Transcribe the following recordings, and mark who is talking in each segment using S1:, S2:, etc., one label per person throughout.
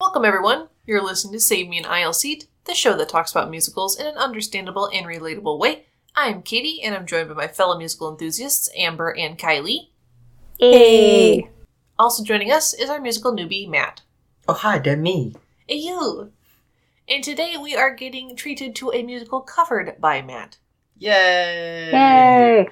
S1: Welcome, everyone. You're listening to Save Me an Aisle Seat, the show that talks about musicals in an understandable and relatable way. I'm Katie, and I'm joined by my fellow musical enthusiasts, Amber and Kylie.
S2: Hey.
S1: Also joining us is our musical newbie, Matt.
S3: Oh, hi, they're me.
S1: Hey, you! And today we are getting treated to a musical covered by Matt.
S3: Yay!
S2: Yay.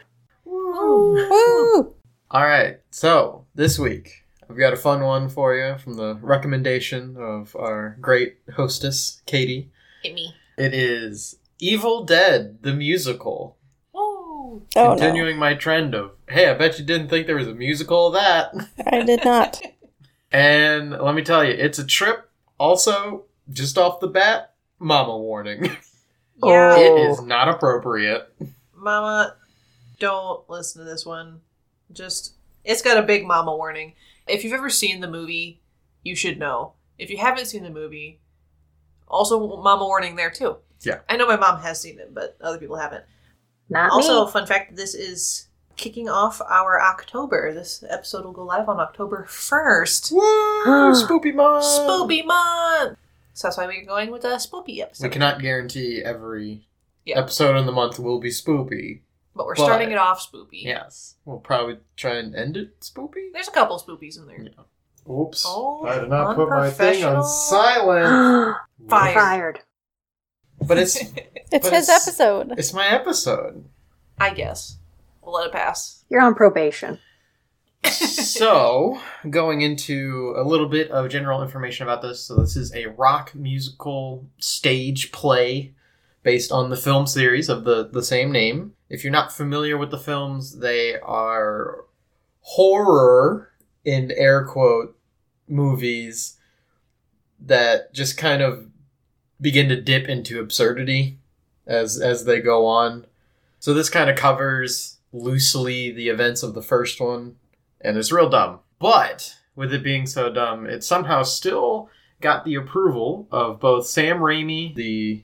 S4: Oh,
S2: Woo.
S5: All right, so this week I've got a fun one for you from the recommendation of our great hostess, Katie.
S1: Hit me.
S5: It is Evil Dead, the musical.
S1: Woo!
S2: Oh no.
S5: Continuing my trend of, hey, I bet you didn't think there was a musical of that.
S2: I did not.
S5: And let me tell you, it's a trip. Also, just off the bat, mama warning.
S2: Oh.
S1: Yeah.
S5: It is not appropriate.
S1: Mama, don't listen to this one. Just, it's got a big mama warning. If you've ever seen the movie, you should know. If you haven't seen the movie, also mama warning there too.
S5: Yeah.
S1: I know my mom has seen it, but other people haven't.
S2: Not
S1: also, fun fact this is kicking off our October. This episode will go live on October 1st.
S5: Woo! Spoopy mom!
S1: Spoopy month! So that's why we're going with a spoopy
S5: We
S1: episode.
S5: cannot guarantee every
S1: Yeah.
S5: episode in the month will be spoopy.
S1: but we're
S5: but-
S1: starting it off spoopy.
S5: Yes. We'll probably try and end it spoopy.
S1: There's a couple spoopies in there.
S5: Yeah. Oops.
S1: Oh,
S5: I did not put my thing
S1: unprofessional.
S5: on silent.
S1: Fire.
S2: Fired.
S5: But it's
S4: It's
S5: But
S4: his
S5: it's-
S4: episode.
S5: it's my episode.
S1: I guess. We'll let it pass.
S2: You're on probation.
S5: so, going into a little bit of general information about this. So, this is a rock musical stage play based on the film series of the, the same name. If you're not familiar with the films, they are horror, in air quote, movies that just kind of begin to dip into absurdity as as they go on. So this kind of covers loosely the events of the first one and it's real dumb. But with it being so dumb, it somehow still got the approval of both Sam Raimi, the,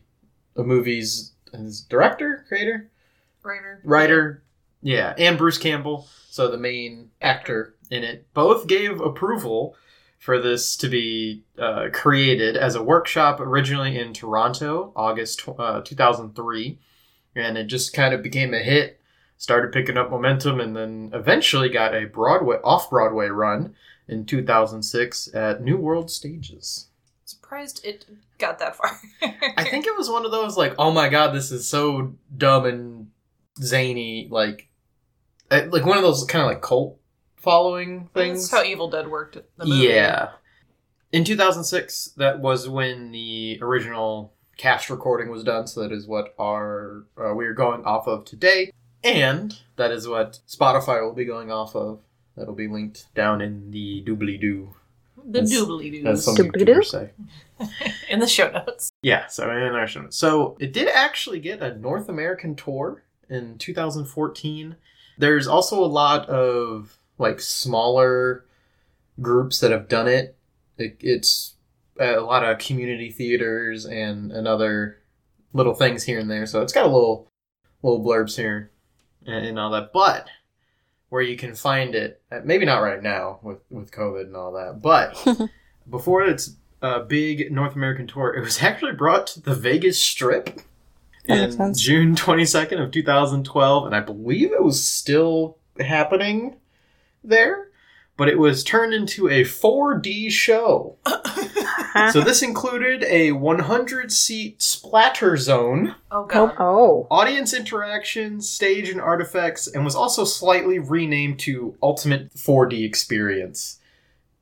S5: the movie's his director, creator,
S1: Writer.
S5: writer, yeah, and Bruce Campbell, so the main actor in it, both gave approval for this to be uh, created as a workshop originally in Toronto, August tw- uh, 2003, and it just kind of became a hit. Started picking up momentum and then eventually got a Broadway off Broadway run in 2006 at New World Stages.
S1: Surprised it got that far.
S5: I think it was one of those like, oh my god, this is so dumb and zany, like, eh, like one of those kind of like cult following
S1: That's
S5: things.
S1: how Evil Dead worked in the movie.
S5: yeah. In 2006, that was when the original cast recording was done, so that is what our uh, we are going off of today, and that is what Spotify will be going off of. That'll be linked down in the doobly doo,
S1: The
S5: That's-
S1: doobly
S5: as some
S1: doos.
S2: Doobly-doo?
S5: YouTubers say.
S1: In the show notes.
S5: Yeah, so international. So it did actually get a North American tour in 2014. There's also a lot of like smaller groups that have done it. it it's uh, a lot of community theaters and, and other little things here and there. So it's got a little little blurbs here and, and all that. But where you can find it, uh, maybe not right now with with COVID and all that, but before its uh, big North American tour, it was actually brought to the Vegas Strip
S4: That makes
S5: in
S4: sense.
S5: June 22nd of 2012, and I believe it was still happening there. But it was turned into a 4D show. so this included a 100 seat splatter zone,
S1: Oh god.
S2: Oh.
S5: audience interaction, stage and artifacts, and was also slightly renamed to Ultimate 4D Experience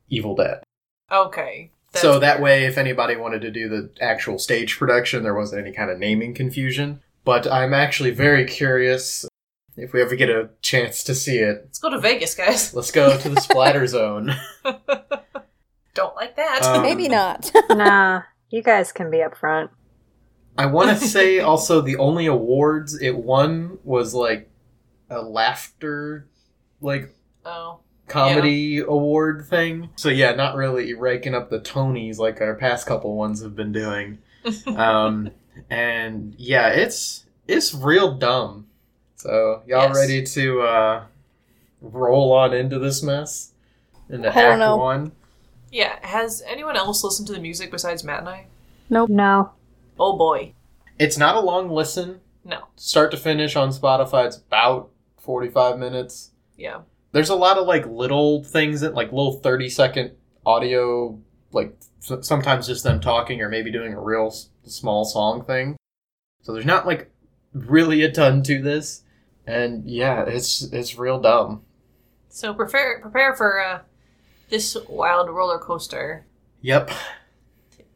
S5: Evil Dead
S1: Okay. That's
S5: so that way, if anybody wanted to do the actual stage production, there wasn't any kind of naming confusion. But I'm actually very curious if we ever get a chance to see it.
S1: Let's go to Vegas, guys.
S5: Let's go to the splatter zone.
S1: Don't like that.
S5: Um,
S4: Maybe not.
S2: nah. You guys can be up front.
S5: I want to say also the only awards it won was like a laughter, like
S1: oh.
S5: comedy award thing. So yeah, not really raking up the Tonys like our past couple ones have been doing. um, and yeah, it's it's real dumb. So y'all
S1: Yes.
S5: ready to uh, roll on into this mess? Into
S4: I don't
S5: Act
S4: know.
S5: One.
S1: Yeah. Has anyone else listened to the music besides Matt and I?
S2: Nope. No.
S1: Oh boy.
S5: It's not a long listen.
S1: No.
S5: Start to finish on Spotify, it's about 45 minutes.
S1: Yeah.
S5: There's a lot of like little things that like little 30 second audio, like s- sometimes just them talking or maybe doing a real s- small song thing. So there's not like really a ton to this. And yeah, it's it's real dumb.
S1: So prepare prepare for uh, this wild roller coaster.
S5: Yep.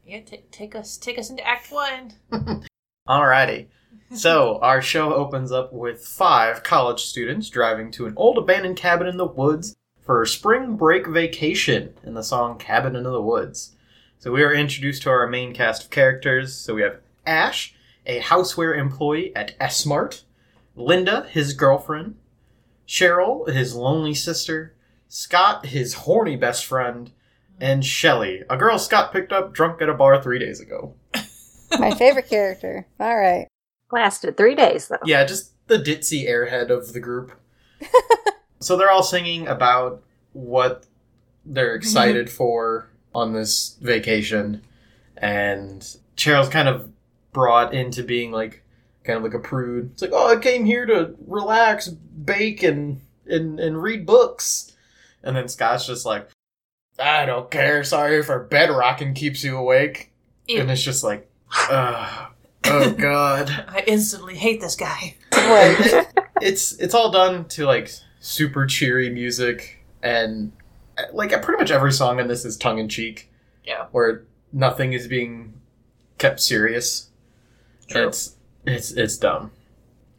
S1: Yeah. T- take us take us into Act One.
S5: Alrighty. So, our show opens up with five college students driving to an old abandoned cabin in the woods for a spring break vacation in the song Cabin in the Woods. So, we are introduced to our main cast of characters. So, we have Ash, a houseware employee at S-Mart, Linda, his girlfriend, Cheryl, his lonely sister, Scott, his horny best friend, and Shelly, a girl Scott picked up drunk at a bar three days ago.
S4: My favorite character. All right.
S2: Lasted three days though.
S5: Yeah, just the ditzy airhead of the group. so they're all singing about what they're excited for on this vacation. And Cheryl's kind of brought into being like kind of like a prude. It's like, oh I came here to relax, bake and and, and read books. And then Scott's just like, I don't care, sorry if our bed rocking keeps you awake.
S1: Ew.
S5: And it's just like, Ugh, oh god
S1: I instantly hate this guy.
S4: Right.
S5: it, it's it's all done to like super cheery music and uh, like uh, pretty much every song in this is tongue in cheek.
S1: Yeah.
S5: Where nothing is being kept serious.
S1: True.
S5: It's it's it's dumb.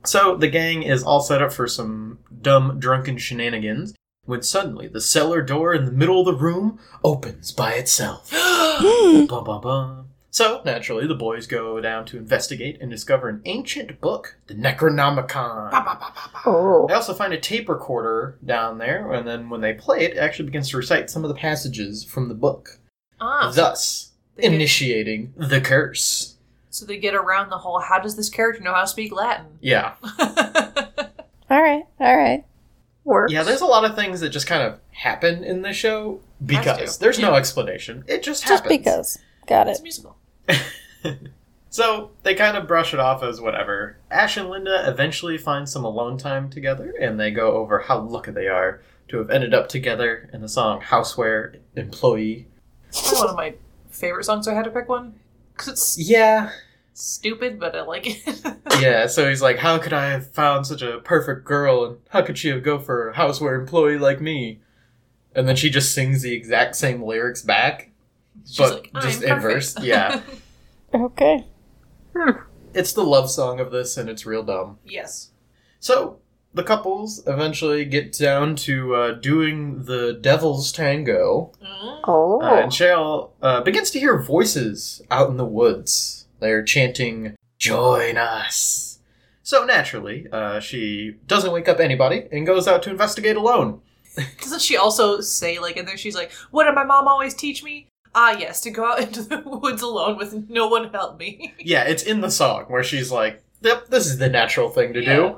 S5: So the gang is all set up for some dumb drunken shenanigans when suddenly the cellar door in the middle of the room opens by itself. Bum, bum, bum. So, naturally, the boys go down to investigate and discover an ancient book, the Necronomicon.
S2: Oh.
S5: They also find a tape recorder down there, and then when they play it, it actually begins to recite some of the passages from the book,
S1: Ah.
S5: thus
S1: They get-
S5: initiating the curse.
S1: so they get around the whole. How does this character know how to speak Latin?
S5: Yeah.
S4: all right. All right.
S2: Works.
S5: Yeah, there's a lot of things that just kind of happen in the show because there's no explanation. It just happens.
S4: Just because. Got
S1: it's
S4: it.
S1: a musical.
S5: So they kind of brush it off as whatever. Ash and Linda eventually find some alone time together, and they go over how lucky they are to have ended up together in the song Houseware Employee.
S1: It's one of my favorite songs. I had to pick one because it's
S5: Yeah.
S1: stupid, but I like it.
S5: Yeah, so he's like, How could I have found such a perfect girl, and how could she have go for a houseware employee like me? And then she just sings the exact same lyrics back,
S1: She's
S5: but
S1: like, "I'm
S5: just
S1: perfect."
S5: inverse. Yeah.
S4: Okay.
S5: it's the love song of this, and it's real dumb.
S1: Yes.
S5: So the couples eventually get down to uh, doing the devil's tango,
S1: Mm.
S2: Oh.
S5: uh, and Cheryl uh, begins to hear voices out in the woods. They're chanting, "Join us." So naturally, uh, she doesn't wake up anybody and goes out to investigate alone.
S1: Doesn't she also say like in there? She's like, "What did my mom always teach me? Ah, yes, to go out into the woods alone with no one help me."
S5: Yeah, it's in the song where she's like, "Yep, this is the natural thing to
S1: Yeah.
S5: do."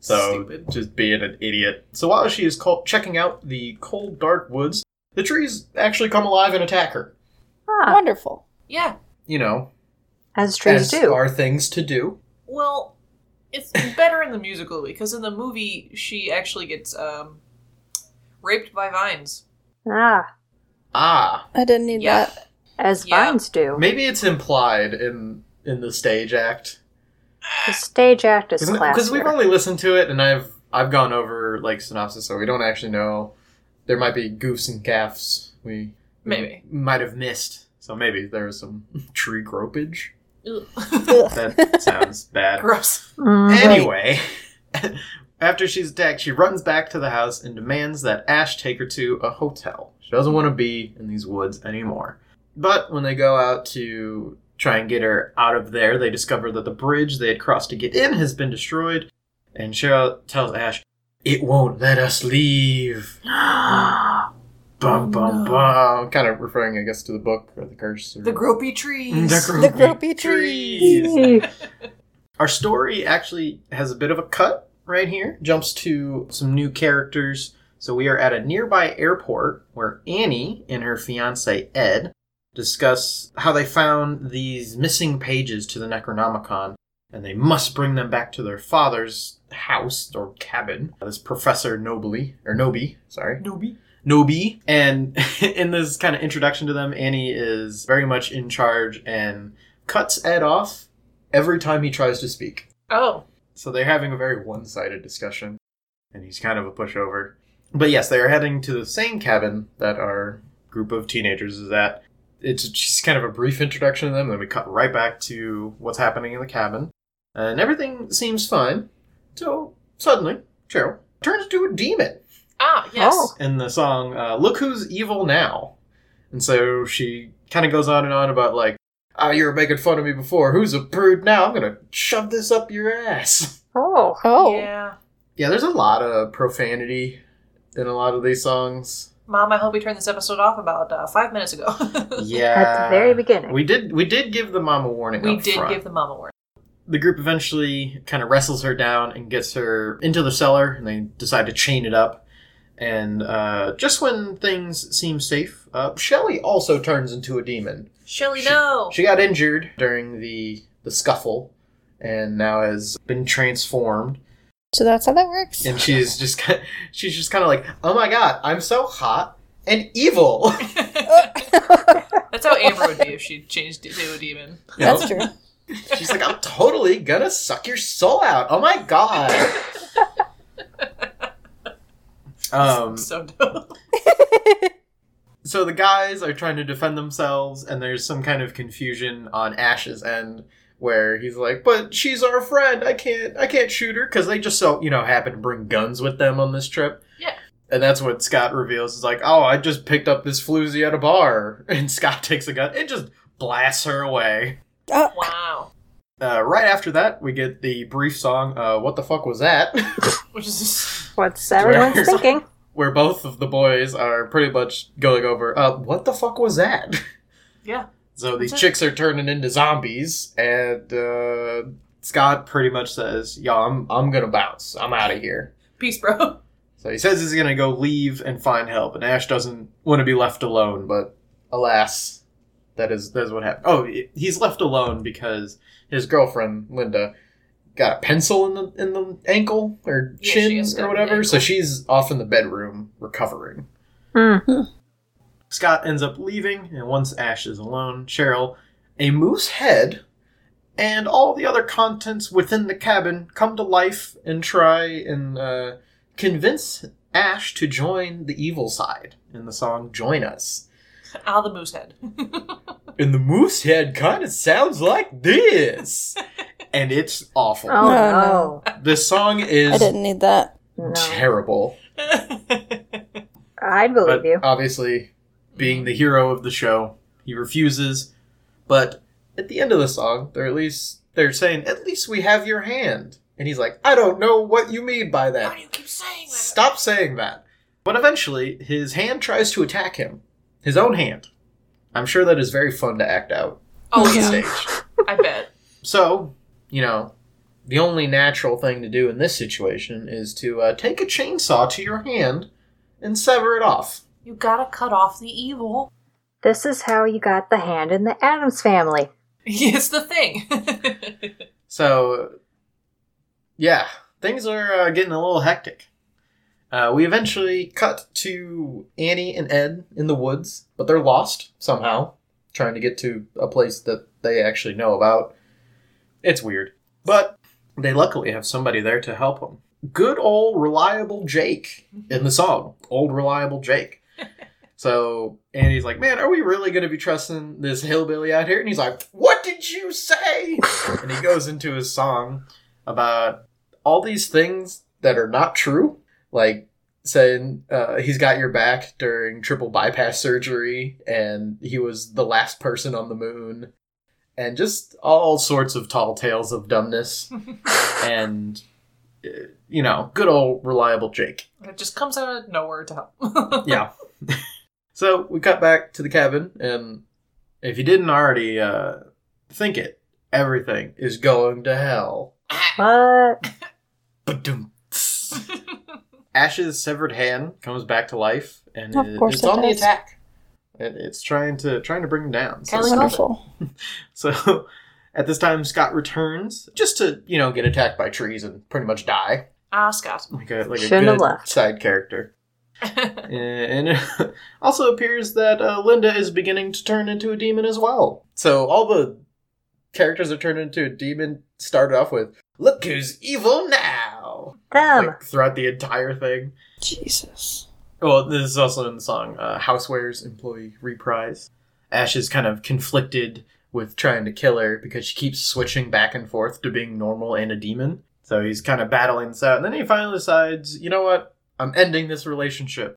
S5: So
S1: Stupid.
S5: just being an idiot. So while she is col- checking out the cold, dark woods, the trees actually come alive and attack her.
S2: Ah,
S4: Wonderful.
S1: yeah.
S5: You know,
S2: as trees
S5: as
S2: do.
S5: are things to do.
S1: Well, it's better in the musical because in the movie she actually gets um, raped by vines.
S2: Ah,
S5: Ah,
S4: I didn't need
S1: Yeah.
S4: that.
S2: as
S1: Yeah.
S2: vines do.
S5: maybe it's implied in in the stage act
S2: The stage act is
S5: because
S2: classic.
S5: we've only listened to it, and I've I've gone over like synopsis, so we don't actually know. There might be goofs and gaffs we we
S1: Maybe.
S5: might have missed. So maybe there was some tree gropage.
S1: Ugh.
S5: That sounds bad.
S1: Gross.
S2: Mm-hmm.
S5: Anyway, after she's attacked, she runs back to the house and demands that Ash take her to a hotel. She doesn't want to be in these woods anymore. But when they go out to try and get her out of there, they discover that the bridge they had crossed to get in has been destroyed, and Cheryl tells Ash, It won't let us leave. Bum, bum, bum. Kind of referring, I guess, to the book or the curse. Or
S1: The gropey trees.
S4: The gropey trees.
S5: our story actually has a bit of a cut right here. Jumps to some new characters So we are at a nearby airport where Annie and her fiance Ed discuss how they found these missing pages to the Necronomicon and they must bring them back to their father's house or cabin. This Professor Nobly, or Noby, sorry.
S1: Nobi.
S5: Nobi. And in this kind of introduction to them, Annie is very much in charge and cuts Ed off every time he tries to speak.
S1: Oh.
S5: So they're having a very one sided discussion, and he's kind of a pushover. But yes, they are heading to the same cabin that our group of teenagers is at. It's just kind of a brief introduction to them, then we cut right back to what's happening in the cabin. And everything seems fine. So suddenly, Cheryl turns into a demon
S1: Ah, yes.
S2: Oh.
S5: in the song uh, "Look Who's Evil Now," and so she kind of goes on and on about like, "Ah, you were making fun of me before. Who's a prude now? I'm gonna shove this up your ass."
S2: Oh.
S4: Oh.
S1: Yeah.
S5: Yeah, there's a lot of profanity in a lot of these songs.
S1: Mom, I hope we turned this episode off about uh, five minutes ago.
S5: Yeah,
S2: At the very beginning.
S5: we did we did give the mom a warning.
S1: we
S5: up
S1: did
S5: front.
S1: give the mom a warning.
S5: the group eventually kind of wrestles her down and gets her into the cellar and they decide to chain it up and uh, just when things seem safe uh, shelly also turns into a demon
S1: Shelly,
S5: She-
S1: no.
S5: she got injured during the the scuffle and now has been transformed
S4: So that's how that works.
S5: and she's just ki- she's just kind of like oh my god i'm so hot and evil
S1: That's how Amber would be if she changed to a demon.
S5: You know?
S4: That's true.
S5: she's like i'm totally gonna suck your soul out oh my god um
S1: So dope.
S5: So the guys are trying to defend themselves, and there's some kind of confusion on Ash's end where he's like, "But she's our friend. I can't. I can't shoot her because they just so you know happen to bring guns with them on this trip."
S1: Yeah.
S5: And that's what Scott reveals is like, "Oh, I just picked up this floozy at a bar," and Scott takes a gun and just blasts her away.
S4: Oh,
S1: Wow.
S5: Uh, right after that, we get the brief song, uh, "What the fuck was that?"
S1: Which is
S2: What's everyone's
S5: Right.
S2: thinking?
S5: where both of the boys are pretty much going over, uh, "What the fuck was that?"
S1: yeah.
S5: So these
S1: That's it.
S5: chicks are turning into zombies, and uh, Scott pretty much says, "Yo, I'm I'm gonna bounce. I'm out of here."
S1: Peace, bro.
S5: So he says he's gonna go leave and find help, and Ash doesn't want to be left alone, but alas, that is that is what happened. Oh, he- he's left alone because his girlfriend Linda got a pencil in the in the ankle or
S1: Yeah, she
S5: chin
S1: got stabbed
S5: or
S1: in the
S5: whatever, so
S1: ankle.
S5: she's off in the bedroom recovering.
S2: Hmm.
S5: Scott ends up leaving, and once Ash is alone, Cheryl, a moose head, and all the other contents within the cabin come to life and try and uh, convince Ash to join the evil side in the song Join Us.
S1: Ah, the moose head.
S5: And the moose head kind of sounds like this. and it's awful.
S2: Oh
S4: No,
S2: no.
S5: This song
S4: I
S5: is
S4: didn't need that.
S2: No.
S5: terrible.
S2: I believe
S5: But uh,
S2: you.
S5: obviously, being the hero of the show, he refuses. But at the end of the song, they're at least they're saying, "At least we have your hand." And he's like, "I don't know what you mean
S1: Why
S5: by
S1: do
S5: that.
S1: you keep saying that?
S5: Stop saying that." But eventually, his hand tries to attack him, his own hand. I'm sure that is very fun to act out
S1: Oh
S5: on
S1: yeah,
S5: stage.
S1: I bet.
S5: So, you know, the only natural thing to do in this situation is to uh, take a chainsaw to your hand and sever it off.
S1: You gotta cut off the evil.
S2: This is how you got the hand in the Adams family.
S1: It's the thing.
S5: So, yeah, things are uh, getting a little hectic. Uh, we eventually cut to Annie and Ed in the woods, but they're lost somehow, trying to get to a place that they actually know about. It's weird. But they luckily have somebody there to help them. Good old reliable Jake in the song. Old reliable Jake. So Annie's like, Man, are we really going to be trusting this hillbilly out here? And he's like, What did you say? and he goes into his song about all these things that are not true, like saying uh, he's got your back during triple bypass surgery, and he was the last person on the moon, and just all sorts of tall tales of dumbness, and uh, you know, good old reliable Jake
S1: it just comes out of nowhere to help.
S5: yeah. so we cut back to the cabin, and if you didn't already uh, think it, everything is going to hell.
S2: What?
S5: Ba-dum. Ash's severed hand comes back to life, and
S4: Of
S5: it-
S4: course
S5: it's
S4: it
S5: on the
S4: does.
S5: attack. It, it's trying to trying to bring him down. So,
S1: Kelly
S4: Wonderful.
S5: so at this time, Scott returns just to you know get attacked by trees and pretty much die
S1: Ah, Scott.
S5: like a like a
S2: Shouldn't have
S5: good
S2: left.
S5: side character. and it also appears that uh, Linda is beginning to turn into a demon as well. So all the characters that turned into a demon started off with "Look who's evil now!"
S2: Them.
S5: like, throughout the entire thing.
S4: Jesus.
S5: Well, this is also in the song uh, "Housewares Employee Reprise." Ash is kind of conflicted with trying to kill her because she keeps switching back and forth to being normal and a demon. So he's kind of battling this out, and then he finally decides, you know what? I'm ending this relationship.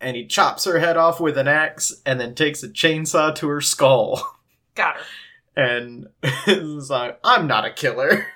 S5: And he chops her head off with an axe, and then takes a chainsaw to her skull.
S1: Got her.
S5: And it's like, I'm not a killer.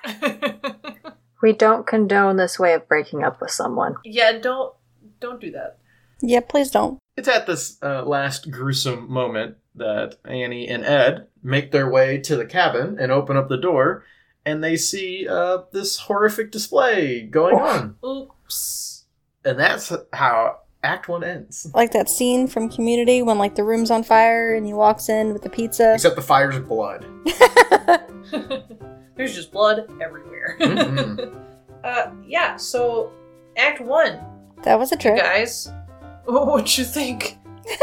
S2: We don't condone this way of breaking up with someone.
S1: yeah, don't don't do that.
S4: Yeah, please don't.
S5: It's at this uh, last gruesome moment that Annie and Ed make their way to the cabin and open up the door, and they see uh, this horrific display going on.
S1: Oops.
S5: And that's how Act 1 ends.
S4: Like that scene from Community when like the room's on fire and he walks in with the pizza.
S5: Except the fire's blood.
S1: There's just blood everywhere.
S5: Mhm.
S1: uh, yeah. So, Act One,
S4: That was a trip.
S1: guys. What'd you think?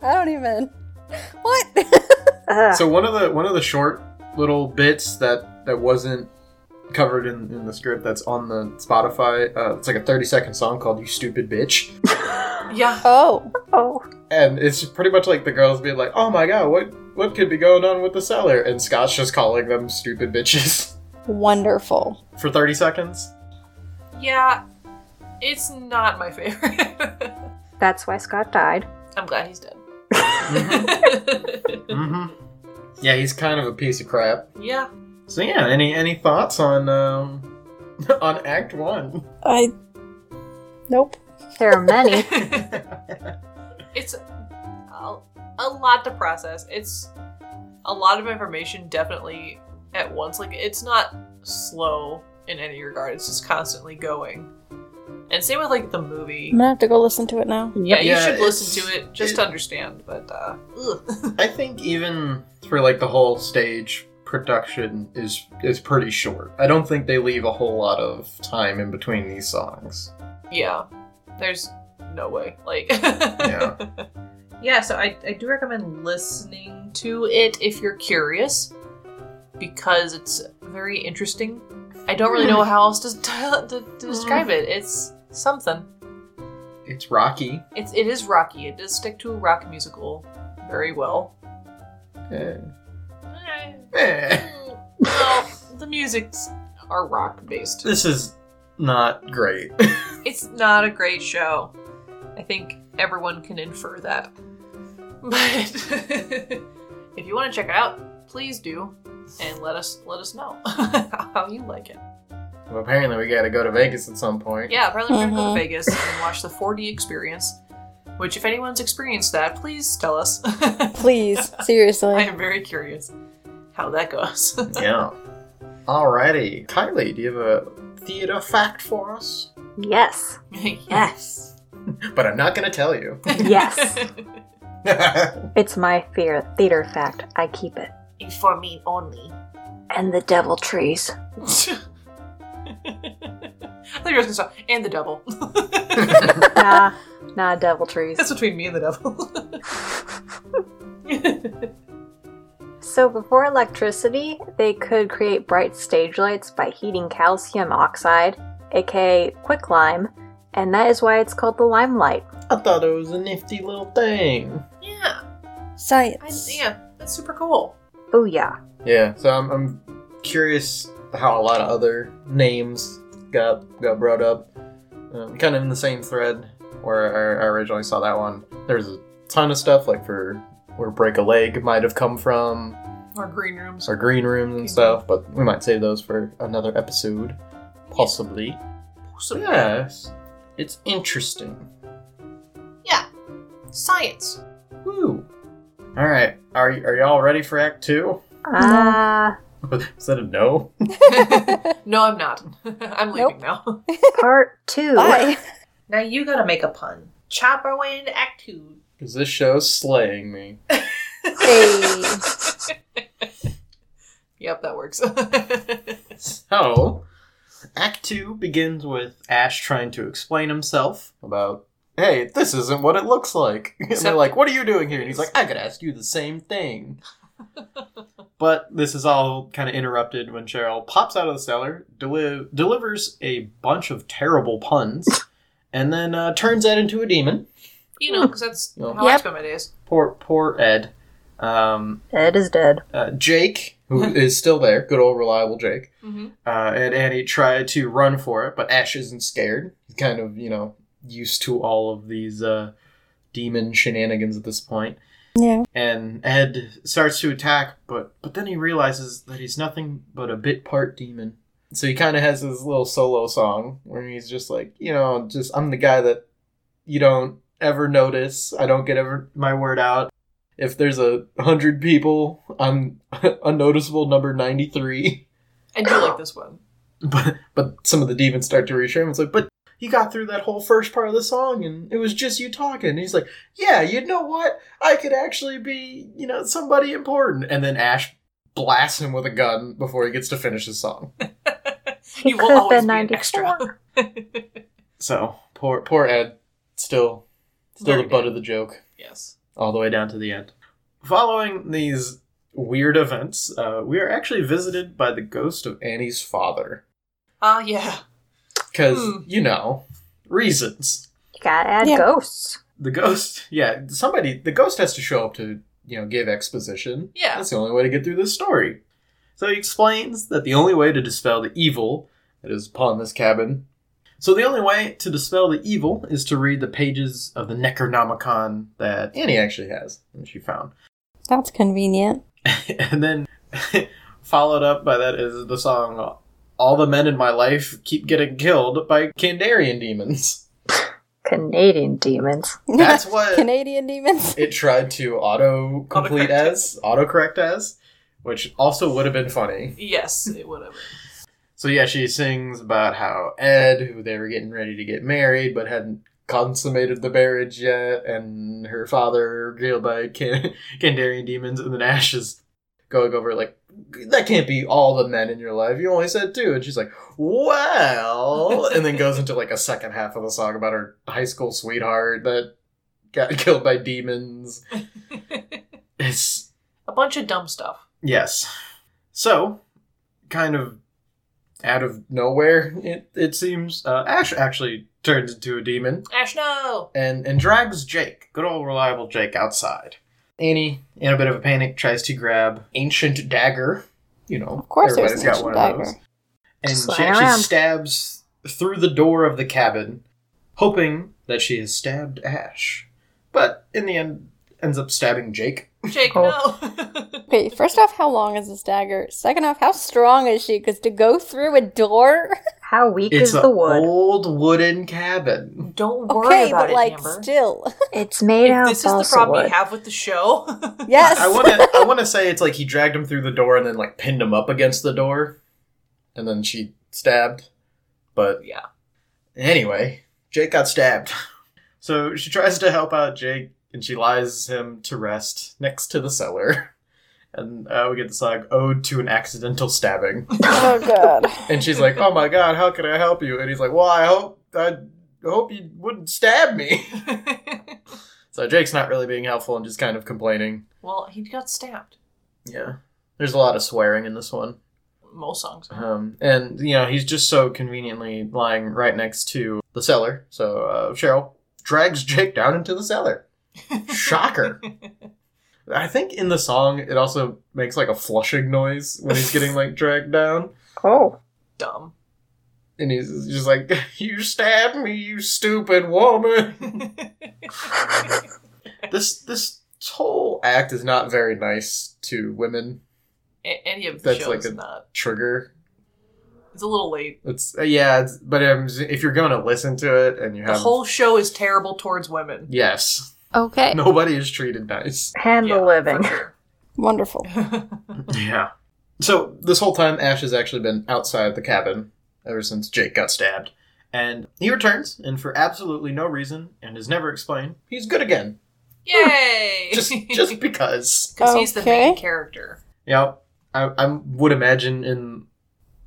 S4: I don't even. What?
S2: Ugh.
S5: So one of the one of the short little bits that that wasn't covered in, in the script that's on the Spotify, uh, it's like a 30 second song called You Stupid Bitch.
S1: Yeah.
S4: oh,
S2: oh,
S5: and it's pretty much like the girls being like, "Oh my god, what what could be going on with the cellar?" And Scott's just calling them stupid bitches
S4: wonderful.
S5: for thirty seconds.
S1: Yeah. It's not my favorite.
S2: that's why Scott died.
S1: I'm glad he's dead.
S5: Mm-hmm. Yeah, he's kind of a piece of crap.
S1: yeah.
S5: So yeah, any any thoughts on um on Act One?
S4: I. Nope.
S2: There are many.
S1: It's a, a lot to process. It's a lot of information, definitely at once. Like it's not slow in any regard. It's just constantly going. And same with like the movie.
S4: I'm gonna have to go listen to it now.
S1: Yeah, you
S5: Yeah,
S1: should
S5: it's-
S1: listen to it just
S5: it-
S1: to understand. But uh, ugh.
S5: I think even for like the whole stage production is is pretty short. I don't think they leave a whole lot of time in between these songs.
S1: yeah, there's no way. Like,
S5: Yeah.
S1: yeah. So I, I do recommend listening to it if you're curious, because it's very interesting. I don't really know how else to, to, to describe it. It's something.
S5: It's rocky.
S1: It's it is rocky. It does stick to a rock musical very well.
S5: Eh.
S1: Eh,
S5: Eh.
S1: mm, well, the music's are rock based.
S5: This is not great.
S1: It's not a great show. I think everyone can infer that. But if you want to check it out, please do, and let us let us know how you like it.
S5: Well, apparently we gotta go to Vegas at some point.
S1: Yeah, apparently we're gonna go
S4: Mhm.
S1: to Vegas and watch the 4D experience. Which, if anyone's experienced that, please tell us. I
S4: Please, seriously.
S1: am very curious how that goes.
S5: Yeah. Alrighty. Kylie, do you have a theater fact for us?
S2: yes. Yes.
S5: But I'm not gonna tell you.
S2: Yes.
S5: yeah.
S2: It's my fear theater fact. I keep it.
S1: For me only.
S2: And the devil trees.
S1: I thought you were gonna stop. And the devil.
S2: nah, nah, devil trees.
S1: That's between me and the devil.
S2: So before electricity, they could create bright stage lights by heating calcium oxide, aka quicklime, and that is why it's called the limelight.
S5: I thought it was a nifty little thing.
S1: yeah. I,
S4: Science.
S1: yeah. That's super cool.
S2: Booyah.
S5: Yeah, so I'm, I'm curious how a lot of other names got got brought up. Um, kind of in the same thread where I, I originally saw that one. There's a ton of stuff like for where break a leg might have come from.
S1: Or green rooms.
S5: our green rooms and stuff, but we might save those for another episode, possibly. So yes, it's interesting.
S1: Yeah. Science.
S5: Woo! All right, are y- are y'all ready for Act Two?
S2: Ah,
S5: Is that a no?
S1: No, I'm not. I'm leaving now.
S2: part two.
S4: Bye.
S1: Now you gotta make a pun. Chop our way into Act Two.
S5: Because this show's slaying me.
S4: Hey.
S1: Yep, that works.
S5: So, Act 2 begins with Ash trying to explain himself about, hey, this isn't what it looks like. And they're
S1: Except-
S5: like, what are you doing here? And he's like, I could ask you the same thing. but this is all kind of interrupted when Cheryl pops out of the cellar, deli- delivers a bunch of terrible puns, and then uh, turns Ed into a demon.
S1: you know, because that's
S5: No.
S1: how I
S4: Yep.
S1: spend my days.
S5: Poor, poor Ed. Um,
S2: Ed is dead.
S5: uh, Jake, who is still there, good old reliable Jake,
S1: Mm-hmm.
S5: Uh, and Annie try to run for it, but Ash isn't scared. He's kind of, you know, used to all of these uh, demon shenanigans at this point.
S4: Yeah.
S5: And Ed starts to attack, but but then he realizes that he's nothing but a bit part demon. So he kind of has his little solo song where he's just like, you know, just I'm the guy that you don't ever notice. I don't get ever my word out. If there's a hundred people, I'm unnoticeable number ninety three
S1: And you like this one.
S5: but but some of the demons start to reassure him. It's like, but you got through that whole first part of the song, and it was just you talking. And he's like, yeah, you know what? I could actually be, you know, somebody important. And then Ash blasts him with a gun before he gets to finish his song.
S2: He
S1: you
S2: could
S1: will
S2: have
S1: always
S2: been
S1: be an
S2: 94.
S1: extra.
S5: So poor poor Ed, still still
S1: Very
S5: the butt
S1: bad.
S5: of the joke
S1: yes.
S5: all the way down to the end. Following these weird events, uh, we are actually visited by the ghost of Annie's father
S1: Ah, yeah.
S5: because
S1: Hmm.
S5: you know reasons.
S2: You gotta add
S4: Yeah.
S2: ghosts.
S5: the ghost yeah somebody the ghost has to show up to you know give exposition
S1: Yeah.
S5: that's the only way to get through this story so he explains that the only way to dispel the evil that is upon this cabin so the only way to dispel the evil is to read the pages of the necronomicon that annie actually has and she found
S4: That's convenient.
S5: and then followed up by that is the song all the men in my life keep getting killed by Kandarian demons.
S2: Canadian demons.
S5: That's what
S4: Canadian demons.
S5: it tried to auto complete
S1: Autocorrect.
S5: as autocorrect as which also would have been funny
S1: Yes, it would have.
S5: so yeah she sings about how ed who they were getting ready to get married but hadn't consummated the marriage yet and her father jailed by Can- Kandarian demons and then ash is going over like that can't be all the men in your life you only said two and she's like well and then goes into like a second half of the song about her high school sweetheart that got killed by demons
S1: been.
S5: it's
S1: A bunch of dumb stuff.
S5: Yes. So, kind of out of nowhere, it, it seems, uh, Ash actually turns into a demon
S1: Ash, no.
S5: and, and drags Jake, good old reliable Jake, outside. Annie, in a bit of a panic, tries to grab Ancient Dagger. You know,
S4: Of course there's
S5: everybody's
S4: an
S5: got one
S4: ancient
S5: of those.
S4: dagger.
S5: And
S2: Just
S5: she
S2: lying
S5: actually
S2: around.
S5: stabs through the door of the cabin, hoping that she has stabbed Ash. But in the end, ends up stabbing Jake.
S1: Jake,
S2: Oh.
S1: no.
S4: Okay, first off, how long is this dagger? Second off, how strong is she? Because to go through a door.
S2: How weak
S5: It's
S2: is
S5: an
S2: the wood?
S5: old wooden cabin.
S1: Don't worry
S4: Okay,
S1: about
S4: but
S1: it,
S4: like
S1: Amber.
S4: still.
S2: It's made
S1: If
S2: out
S1: this
S2: of
S1: is the
S2: balsa
S1: problem
S2: wood.
S1: you have with the show.
S4: yes.
S5: I want to. I want to say it's like he dragged him through the door and then like pinned him up against the door, and then she stabbed. But
S1: yeah.
S5: anyway, Jake got stabbed. So she tries to help out Jake, and she lies him to rest next to the cellar. And uh, we get this like ode to an accidental stabbing,
S4: oh god.
S5: and she's like, "Oh my god, how can I help you?" And he's like, "Well, I hope I hope you wouldn't stab me." "Oh." So Jake's not really being helpful and just kind of complaining.
S1: well, he got stabbed.
S5: Yeah, there's a lot of swearing in this one.
S1: Most songs. are.
S5: Um, and you know he's just so conveniently lying right next to the cellar. So uh, Cheryl drags Jake down into the cellar. Shocker. I think in the song it also makes like a flushing noise when he's getting like dragged down,
S2: Oh,
S1: Dumb.
S5: and he's just like, "You stabbed me, you stupid woman." This this whole act is not very nice to women.
S1: A- Any of the
S5: That's
S1: shows
S5: like a-
S1: not.
S5: Trigger.
S1: It's a little late.
S5: It's uh, yeah, it's, but um, if you're going to listen to it and you
S1: The
S5: have
S1: whole show is terrible towards women.
S5: yes,
S4: Okay.
S5: Nobody is treated nice.
S2: and
S1: Yeah,
S2: the living.
S1: for
S4: Wonderful.
S1: sure.
S5: Yeah. So this whole time, Ash has actually been outside the cabin ever since Jake got stabbed, And he returns, and for absolutely no reason, and is never explained, he's good again.
S1: Yay!
S5: Just just because.
S1: because he's the main
S4: Okay.
S1: character.
S5: Yep. I, I would imagine in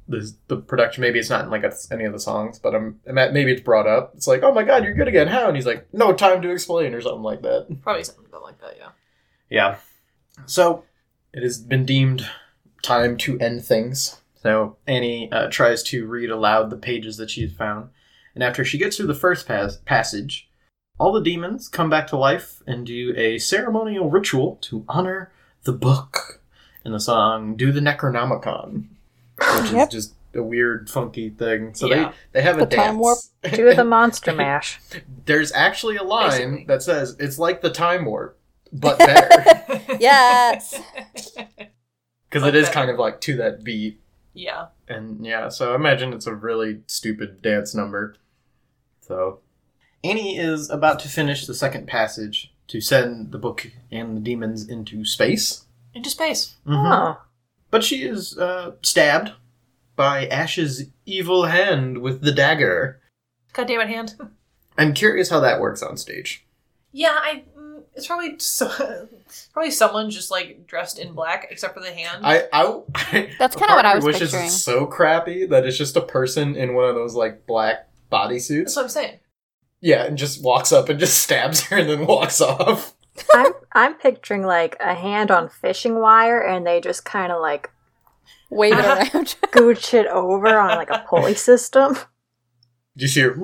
S5: the, the production, maybe it's not in like a, any of the songs, but I'm, ima- maybe it's brought up. It's like, oh my god, you're good again. How? And he's like, no time to explain or something like that.
S1: Probably something about like that, yeah.
S5: Yeah. So it has been deemed time to end things. So Annie uh, tries to read aloud the pages that she's found, and after she gets through the first pas- passage, all the demons come back to life and do a ceremonial ritual to honor the book. And the song "Do the Necronomicon," which
S4: Yep.
S5: is just a weird, funky thing. So
S1: Yeah.
S5: they they have a
S4: The
S5: dance.
S4: time warp.
S2: Do the monster mash.
S5: There's actually a line
S1: Basically.
S5: that says it's like the time warp, but better.
S4: Yes.
S5: because
S1: Like
S5: it is
S1: that.
S5: kind of like to that beat
S1: yeah.
S5: and yeah so i imagine it's a really stupid dance number so annie is about to finish the second passage to send the book and the demons into space
S1: Into space.
S5: Mhm.
S2: Oh.
S5: but she is uh, stabbed by ash's evil hand with the dagger
S1: God damn it, hand.
S5: i'm curious how that works on stage
S1: Yeah, I. mm, It's probably so, probably someone just like dressed in black, except for the hand.
S5: I, I
S4: That's
S5: a
S4: kinda
S5: part
S4: what I
S5: me
S4: was
S5: wishes
S4: picturing.
S5: It's so crappy that it's just a person in one of those like black bodysuits.
S1: That's what I'm saying.
S5: Yeah, and just walks up and just stabs her and then walks off.
S2: I'm I'm picturing like a hand on fishing wire and they just kinda like
S4: Wave it
S5: Uh-huh.
S4: around.
S2: gooch it over on like a pulley system.
S5: Do you see her?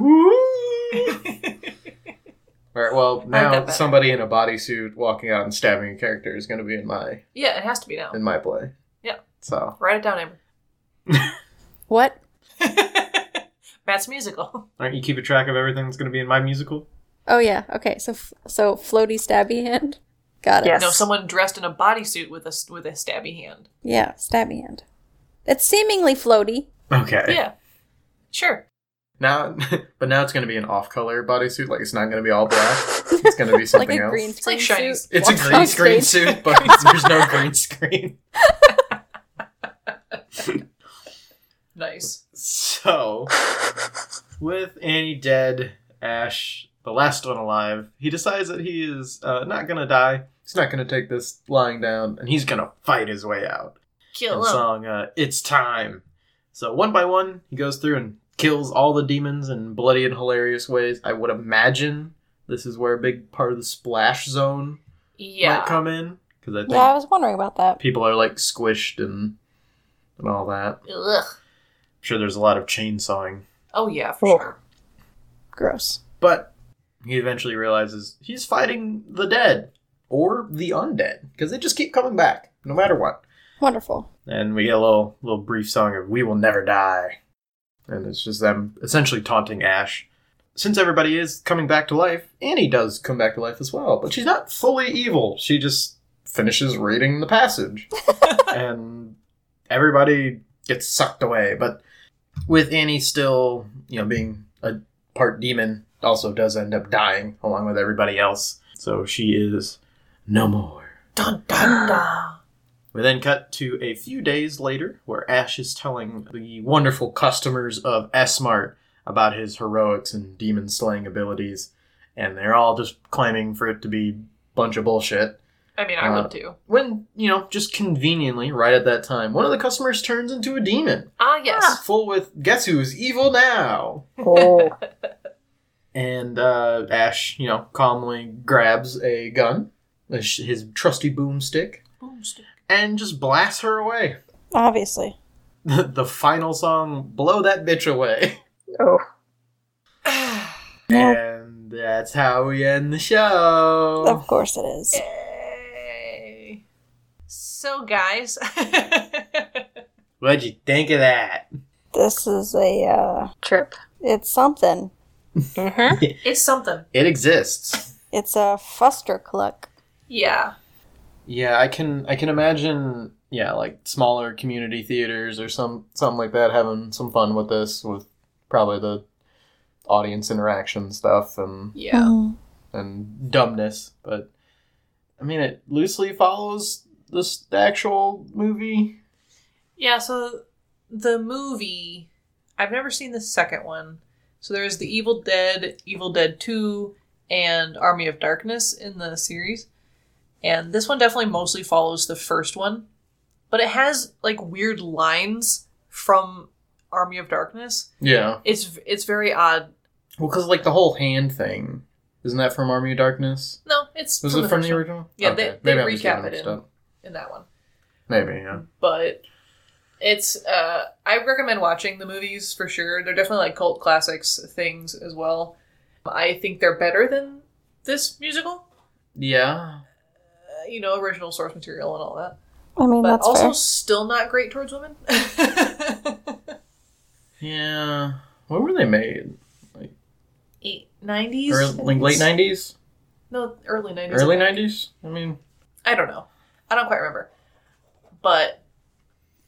S5: All right. Well,
S1: that
S5: now
S1: better.
S5: somebody in a bodysuit walking out and stabbing a character is going to be in my
S1: yeah, it has to be now.
S5: in my play.
S1: Yeah.
S5: So
S1: Write it down, Amber.
S4: what?
S1: Matt's musical.
S5: aren't you keeping track of everything that's going to be in my musical?
S4: Oh yeah. Okay. So f- so floaty stabby hand. Got it.
S2: Yes.
S1: No, someone dressed in a bodysuit with a s- with a stabby hand.
S4: Yeah. Stabby hand. It's seemingly floaty.
S5: Okay.
S1: Yeah, sure.
S5: Now, but now it's going to be an off-color bodysuit. Like it's not going to be all black. it's going to be something
S4: like a
S5: else.
S4: green
S1: It's like
S4: screen
S1: shiny
S4: suit.
S5: It's a
S4: Walks
S5: green
S4: on
S5: screen
S4: stage.
S5: suit, but there's no green screen.
S1: Nice.
S5: So, with Annie dead, Ash, the last one alive, he decides that he is uh, not gonna die. He's not gonna take this lying down, and he's gonna fight his way out.
S1: Kill
S5: and
S1: him.
S5: song, uh, It's Time. So, one by one, he goes through and kills all the demons in bloody and hilarious ways. I would imagine this is where a big part of the splash zone might
S1: yeah,
S5: come in, because I think
S4: Yeah, I was wondering about that.
S5: people are like squished and, and all that.
S1: Ugh.
S5: I'm sure there's a lot of chainsawing.
S1: Oh yeah, for
S2: Oh.
S1: sure.
S4: Gross.
S5: But he eventually realizes he's fighting the dead or the undead because they just keep coming back no matter what.
S4: Wonderful.
S5: And we get a little little brief song of "We will never die," and it's just them essentially taunting Ash. Since everybody is coming back to life, Annie does come back to life as well, but she's not fully evil. She just finishes reading the passage, and everybody gets sucked away. But with Annie still, you know, being a part demon, also does end up dying along with everybody else. So she is no more.
S1: Dun dun dun.
S5: We then cut to a few days later, where Ash is telling the wonderful customers of Smart about his heroics and demon slaying abilities, and they're all just claiming for it to be a bunch of bullshit.
S1: I mean, I
S5: Uh,
S1: would too.
S5: When, you know, just conveniently, right at that time, one of the customers turns into a demon,
S1: Ah yes.
S5: full with guess who's evil now?
S2: Oh.
S5: And uh, Ash, you know, calmly grabs a gun, his his trusty boomstick,
S1: Boomstick.
S5: and just blasts her away.
S4: Obviously.
S5: the, the final song, Blow That Bitch Away.
S2: Oh.
S4: Yeah.
S5: And that's how we end the show.
S4: Of course it is.
S1: Yay. So guys,
S5: What'd you think of that?
S4: This is a uh
S2: Trip.
S4: it's something.
S2: Mm-hmm.
S1: it's something.
S5: It exists.
S4: It's a fuster cluck.
S1: Yeah.
S5: Yeah, I can I can imagine yeah, like smaller community theaters or some something like that having some fun with this with probably the audience interaction stuff and
S1: Yeah.
S4: Mm.
S5: and dumbness, but I mean it loosely follows this the actual movie.
S1: Yeah, so the movie I've never seen the second one. So there's the Evil Dead, Evil Dead 2, and Army of Darkness in the series. And this one definitely mostly follows the first one, but it has like weird lines from Army of Darkness.
S5: Yeah.
S1: It's it's very odd.
S5: Well, because like the whole hand thing, isn't that from Army of Darkness?
S1: No, it's
S5: Was
S1: from
S5: it
S1: the
S5: from
S1: first
S5: the
S1: one
S5: original?
S1: Yeah, they- they
S5: I'm
S1: recap
S5: just getting
S1: it
S5: mixed
S1: in.
S5: up.
S1: in that one.
S5: Maybe yeah.
S1: but it's uh I recommend watching the movies for sure. They're definitely like cult classics things as well. I think they're better than this musical,
S5: Yeah.
S1: uh, you know, original source material and all that.
S4: I mean,
S1: But
S4: that's
S1: also
S4: fair.
S1: still not great towards women.
S5: Yeah. What were they made?
S1: Eight nineties,
S5: Early, like late nineties,
S1: No, early nineties.
S5: early nineties. I mean,
S1: I don't know. I don't quite remember, but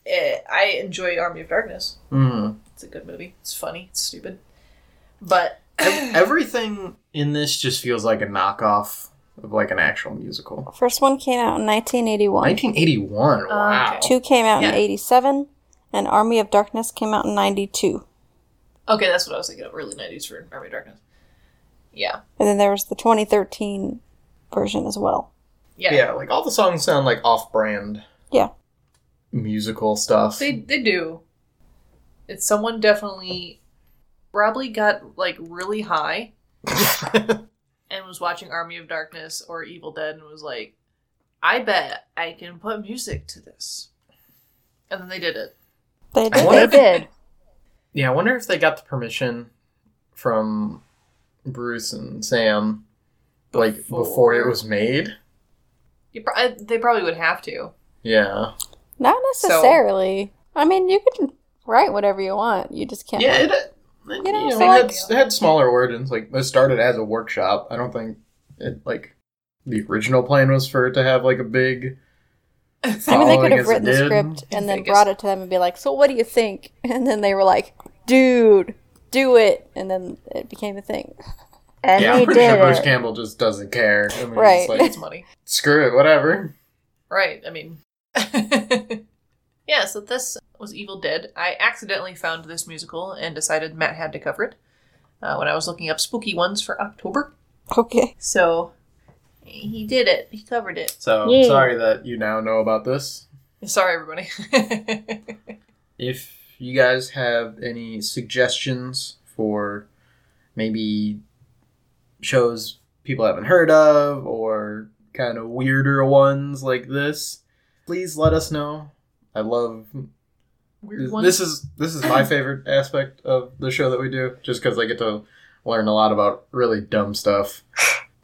S1: eh, I enjoy Army of Darkness.
S5: mm.
S1: It's a good movie. It's funny. It's stupid, but
S5: Ev- everything in this just feels like a knockoff of like an actual musical.
S4: First one came out in 1981.
S1: Um,
S5: 1981. Wow.
S1: okay.
S4: Two came out in
S1: Yeah.
S4: 87, and Army of Darkness came out in 92.
S1: Okay, that's what I was thinking of. Early nineties for Army of Darkness. Yeah.
S4: And then there was the 2013 version as well.
S1: yeah,
S5: yeah, like all the songs sound like off-brand.
S4: Yeah.
S5: Musical stuff.
S1: They they do. It's someone definitely probably got like really high and was watching Army of Darkness or Evil Dead and was like, I bet I can put music to this. And then they did it.
S4: They
S5: I
S4: did.
S5: wonder
S2: They
S5: if-
S2: did.
S5: Yeah, I wonder if they got the permission from Bruce and Sam, like before, it
S1: Before.
S5: was made.
S1: You pro- I- they probably would have to.
S5: Yeah,
S4: Not
S1: So-
S4: necessarily. I mean, you can write whatever you want. You just can't.
S5: yeah. It, it, you
S4: know,
S5: know,
S4: so
S5: it
S4: like-
S5: had, it had smaller origins. Like it started as a workshop. I don't think it like the original plan was for it to have like a big.
S4: I mean, they
S5: following
S4: could
S5: as
S4: have
S5: it
S4: written the
S5: did.
S4: script and then
S1: Vegas.
S4: brought it to them and be like, "So, what do you think?" And then they were like, "Dude, do it!" And then it became a thing.
S2: And
S5: yeah, I'm
S2: he
S5: pretty
S2: did.
S5: sure Bruce
S2: it.
S5: Campbell just doesn't care. I mean, it's
S4: Right.
S5: like,
S1: It's money.
S5: screw it, whatever.
S1: Right. I mean, yeah. So this was Evil Dead. I accidentally found this musical and decided Matt had to cover it uh, when I was looking up spooky ones for October.
S4: Okay.
S1: So he did it. He covered it.
S5: So
S2: Yeah.
S5: sorry that you now know about this.
S1: Sorry, everybody.
S5: if you guys have any suggestions for maybe shows people haven't heard of or kind of weirder ones like this, please let us know. I love
S1: Weird one.
S5: this is this is my favorite aspect of the show that we do just cuz I get to learn a lot about really dumb stuff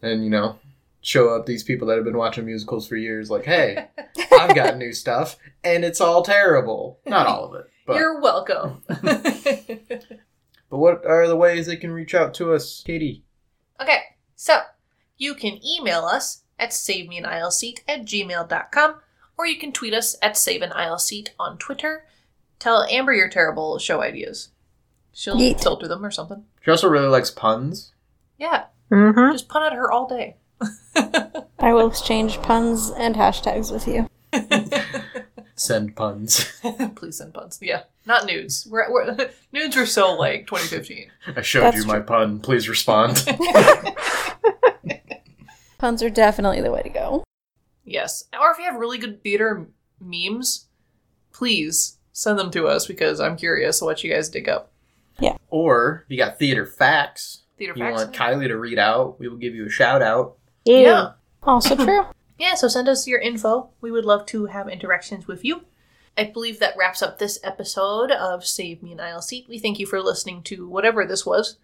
S5: and you know show up these people that have been watching musicals for years like hey I've got new stuff and it's all terrible not all of it but
S1: You're welcome.
S5: but what are the ways they can reach out to us, Katie?
S1: Okay, so you can email us at savemeanilseat at gmail.com or you can tweet us at saveanileseat on Twitter. Tell Amber your terrible show ideas. She'll
S4: Yeet.
S1: filter them or something.
S5: She also really likes puns.
S1: Yeah,
S2: Mm-hmm.
S1: just pun at her all day.
S4: I will exchange puns and hashtags with you.
S5: Send puns.
S1: Please send puns. Yeah, not nudes. We're, we're, nudes were so like 2015.
S5: I showed
S4: That's
S5: you my pun. Please respond.
S4: Puns are definitely the way to go.
S1: Yes. Or if you have really good theater m- memes, please send them to us because I'm curious what you guys dig up.
S5: or if you got theater facts,
S1: Theater
S5: you
S1: facts.
S5: want Kylie to read out, we will give you a shout out.
S2: Yeah.
S1: yeah.
S4: Also true.
S1: Yeah, so send us your info. We would love to have interactions with you. I believe that wraps up this episode of Save Me an Aisle Seat. We thank you for listening to whatever this was.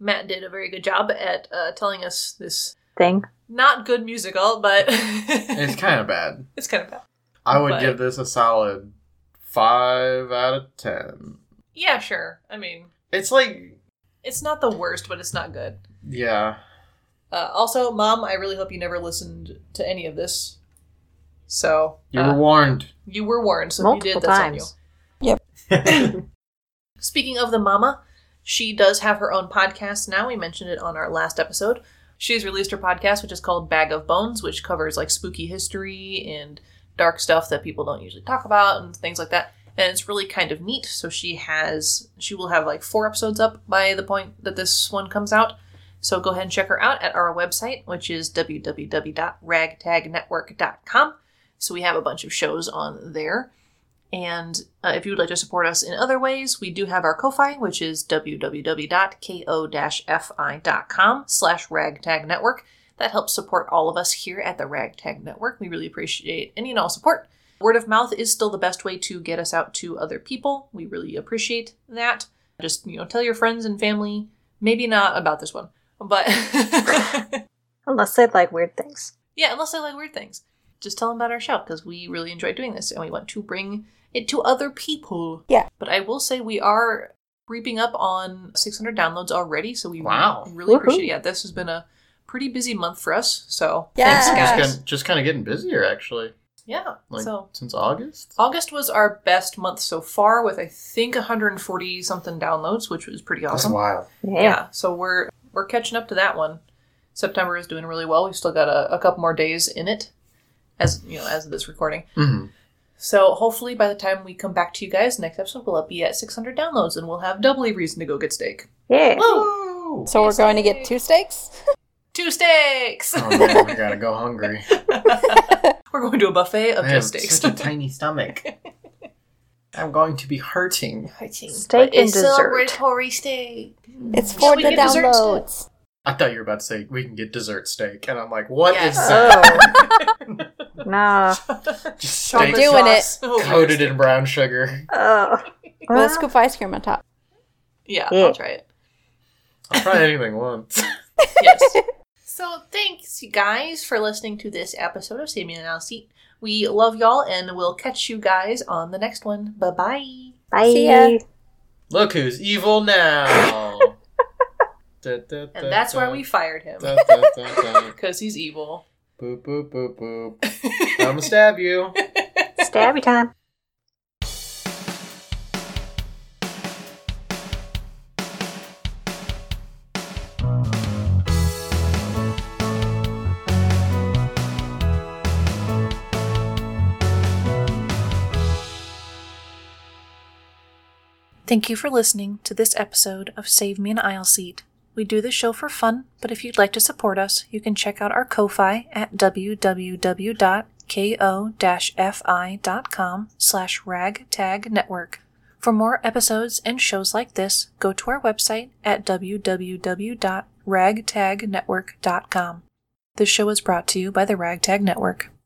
S1: Matt did a very good job at uh, telling us this
S2: Thing.
S1: not good musical, but
S5: It's
S1: it's,
S5: kind of bad.
S1: kind of bad.
S5: I would
S1: But-
S5: give this a solid five out of ten.
S1: Yeah, sure. I mean,
S5: It's like,
S1: it's not the worst, but it's not good.
S5: yeah,
S1: Uh, also, Mom, I really hope you never listened to any of this. So
S5: you
S1: uh,
S5: were warned.
S1: you were warned. So if you
S2: Multiple
S1: did, that's on you.
S2: times.
S1: Speaking of the mama, she does have her own podcast now. We mentioned it on our last episode. She's released her podcast, which is called Bag of Bones, which covers like spooky history and dark stuff that people don't usually talk about and things like that. and it's really kind of neat. So she has she will have like four episodes up by the point that this one comes out. So go ahead and check her out at our website, which is www.ragtagnetwork.com. So we have a bunch of shows on there. And uh, if you would like to support us in other ways, we do have our Ko-Fi, which is www.ko-fi.com slash ragtag network. That helps support all of us here at the Ragtag Network. We really appreciate any and all support. Word of mouth is still the best way to get us out to other people. We really appreciate that. Just, you know, tell your friends and family, maybe not about this one, but
S2: Unless they like weird things.
S1: yeah, unless they like weird things, just tell them about our show because we really enjoy doing this and we want to bring it to other people.
S4: Yeah.
S1: But I will say we are creeping up on 600 downloads already, so we
S5: Wow.
S1: really
S2: Woohoo.
S1: appreciate it. Yeah, this has been a pretty busy month for us, so
S4: Yeah.
S1: thanks,
S5: Just
S1: guys.
S5: kind, just kind of getting busier actually.
S1: Yeah.
S5: Like
S1: so
S5: since August.
S1: August was our best month so far with I think 140 something downloads, which was pretty awesome.
S5: wild.
S1: Yeah. So we're we're catching up to that one. September is doing really well. We've still got a, a couple more days in it as you know, as of this recording.
S5: hmm
S1: So hopefully by the time we come back to you guys next episode we'll be at 600 downloads and we'll have doubly reason to go get steak.
S2: Yeah.
S5: Woo!
S4: So we're going to get two steaks?
S1: Two steaks.
S5: Oh man, we gotta go hungry.
S1: we're going to a buffet of
S5: I have
S1: just steaks.
S5: such a tiny stomach. I'm going to be hurting.
S2: Steak and dessert.
S1: steak.
S4: It's for
S1: we
S4: the
S1: get desserts then?
S4: downloads.
S5: I thought you were about to say we can get dessert steak, and I'm like, what is
S1: Yes. Uh,
S5: that?
S2: Oh. nah.
S5: Just
S4: Chocolate
S5: steak
S4: Doing sauce.
S1: Oh
S5: coated in brown sugar.
S2: Oh.
S4: Well, scoop of ice cream on top.
S1: Yeah,
S2: Yeah.
S1: I'll try it.
S5: I'll try anything once.
S1: Yes. so thanks, you guys, for listening to this episode of Sammy and Elsie. We love y'all, and we'll catch you guys on the next one. Bye bye.
S2: Bye.
S4: See ya.
S5: Look who's evil now. and
S1: And that's why we fired him
S5: da, da, da, da.
S1: because he's evil.
S5: Boop boop boop boop. I'm gonna stab you.
S2: Stabby time.
S1: Thank you for listening to this episode of Save Me an Aisle Seat. We do this show for fun, but if you'd like to support us, you can check out our Ko-Fi at www.ko-fi.com slash ragtag network. For more episodes and shows like this, go to our website at www.ragtagnetwork.com. This show is brought to you by the Ragtag Network.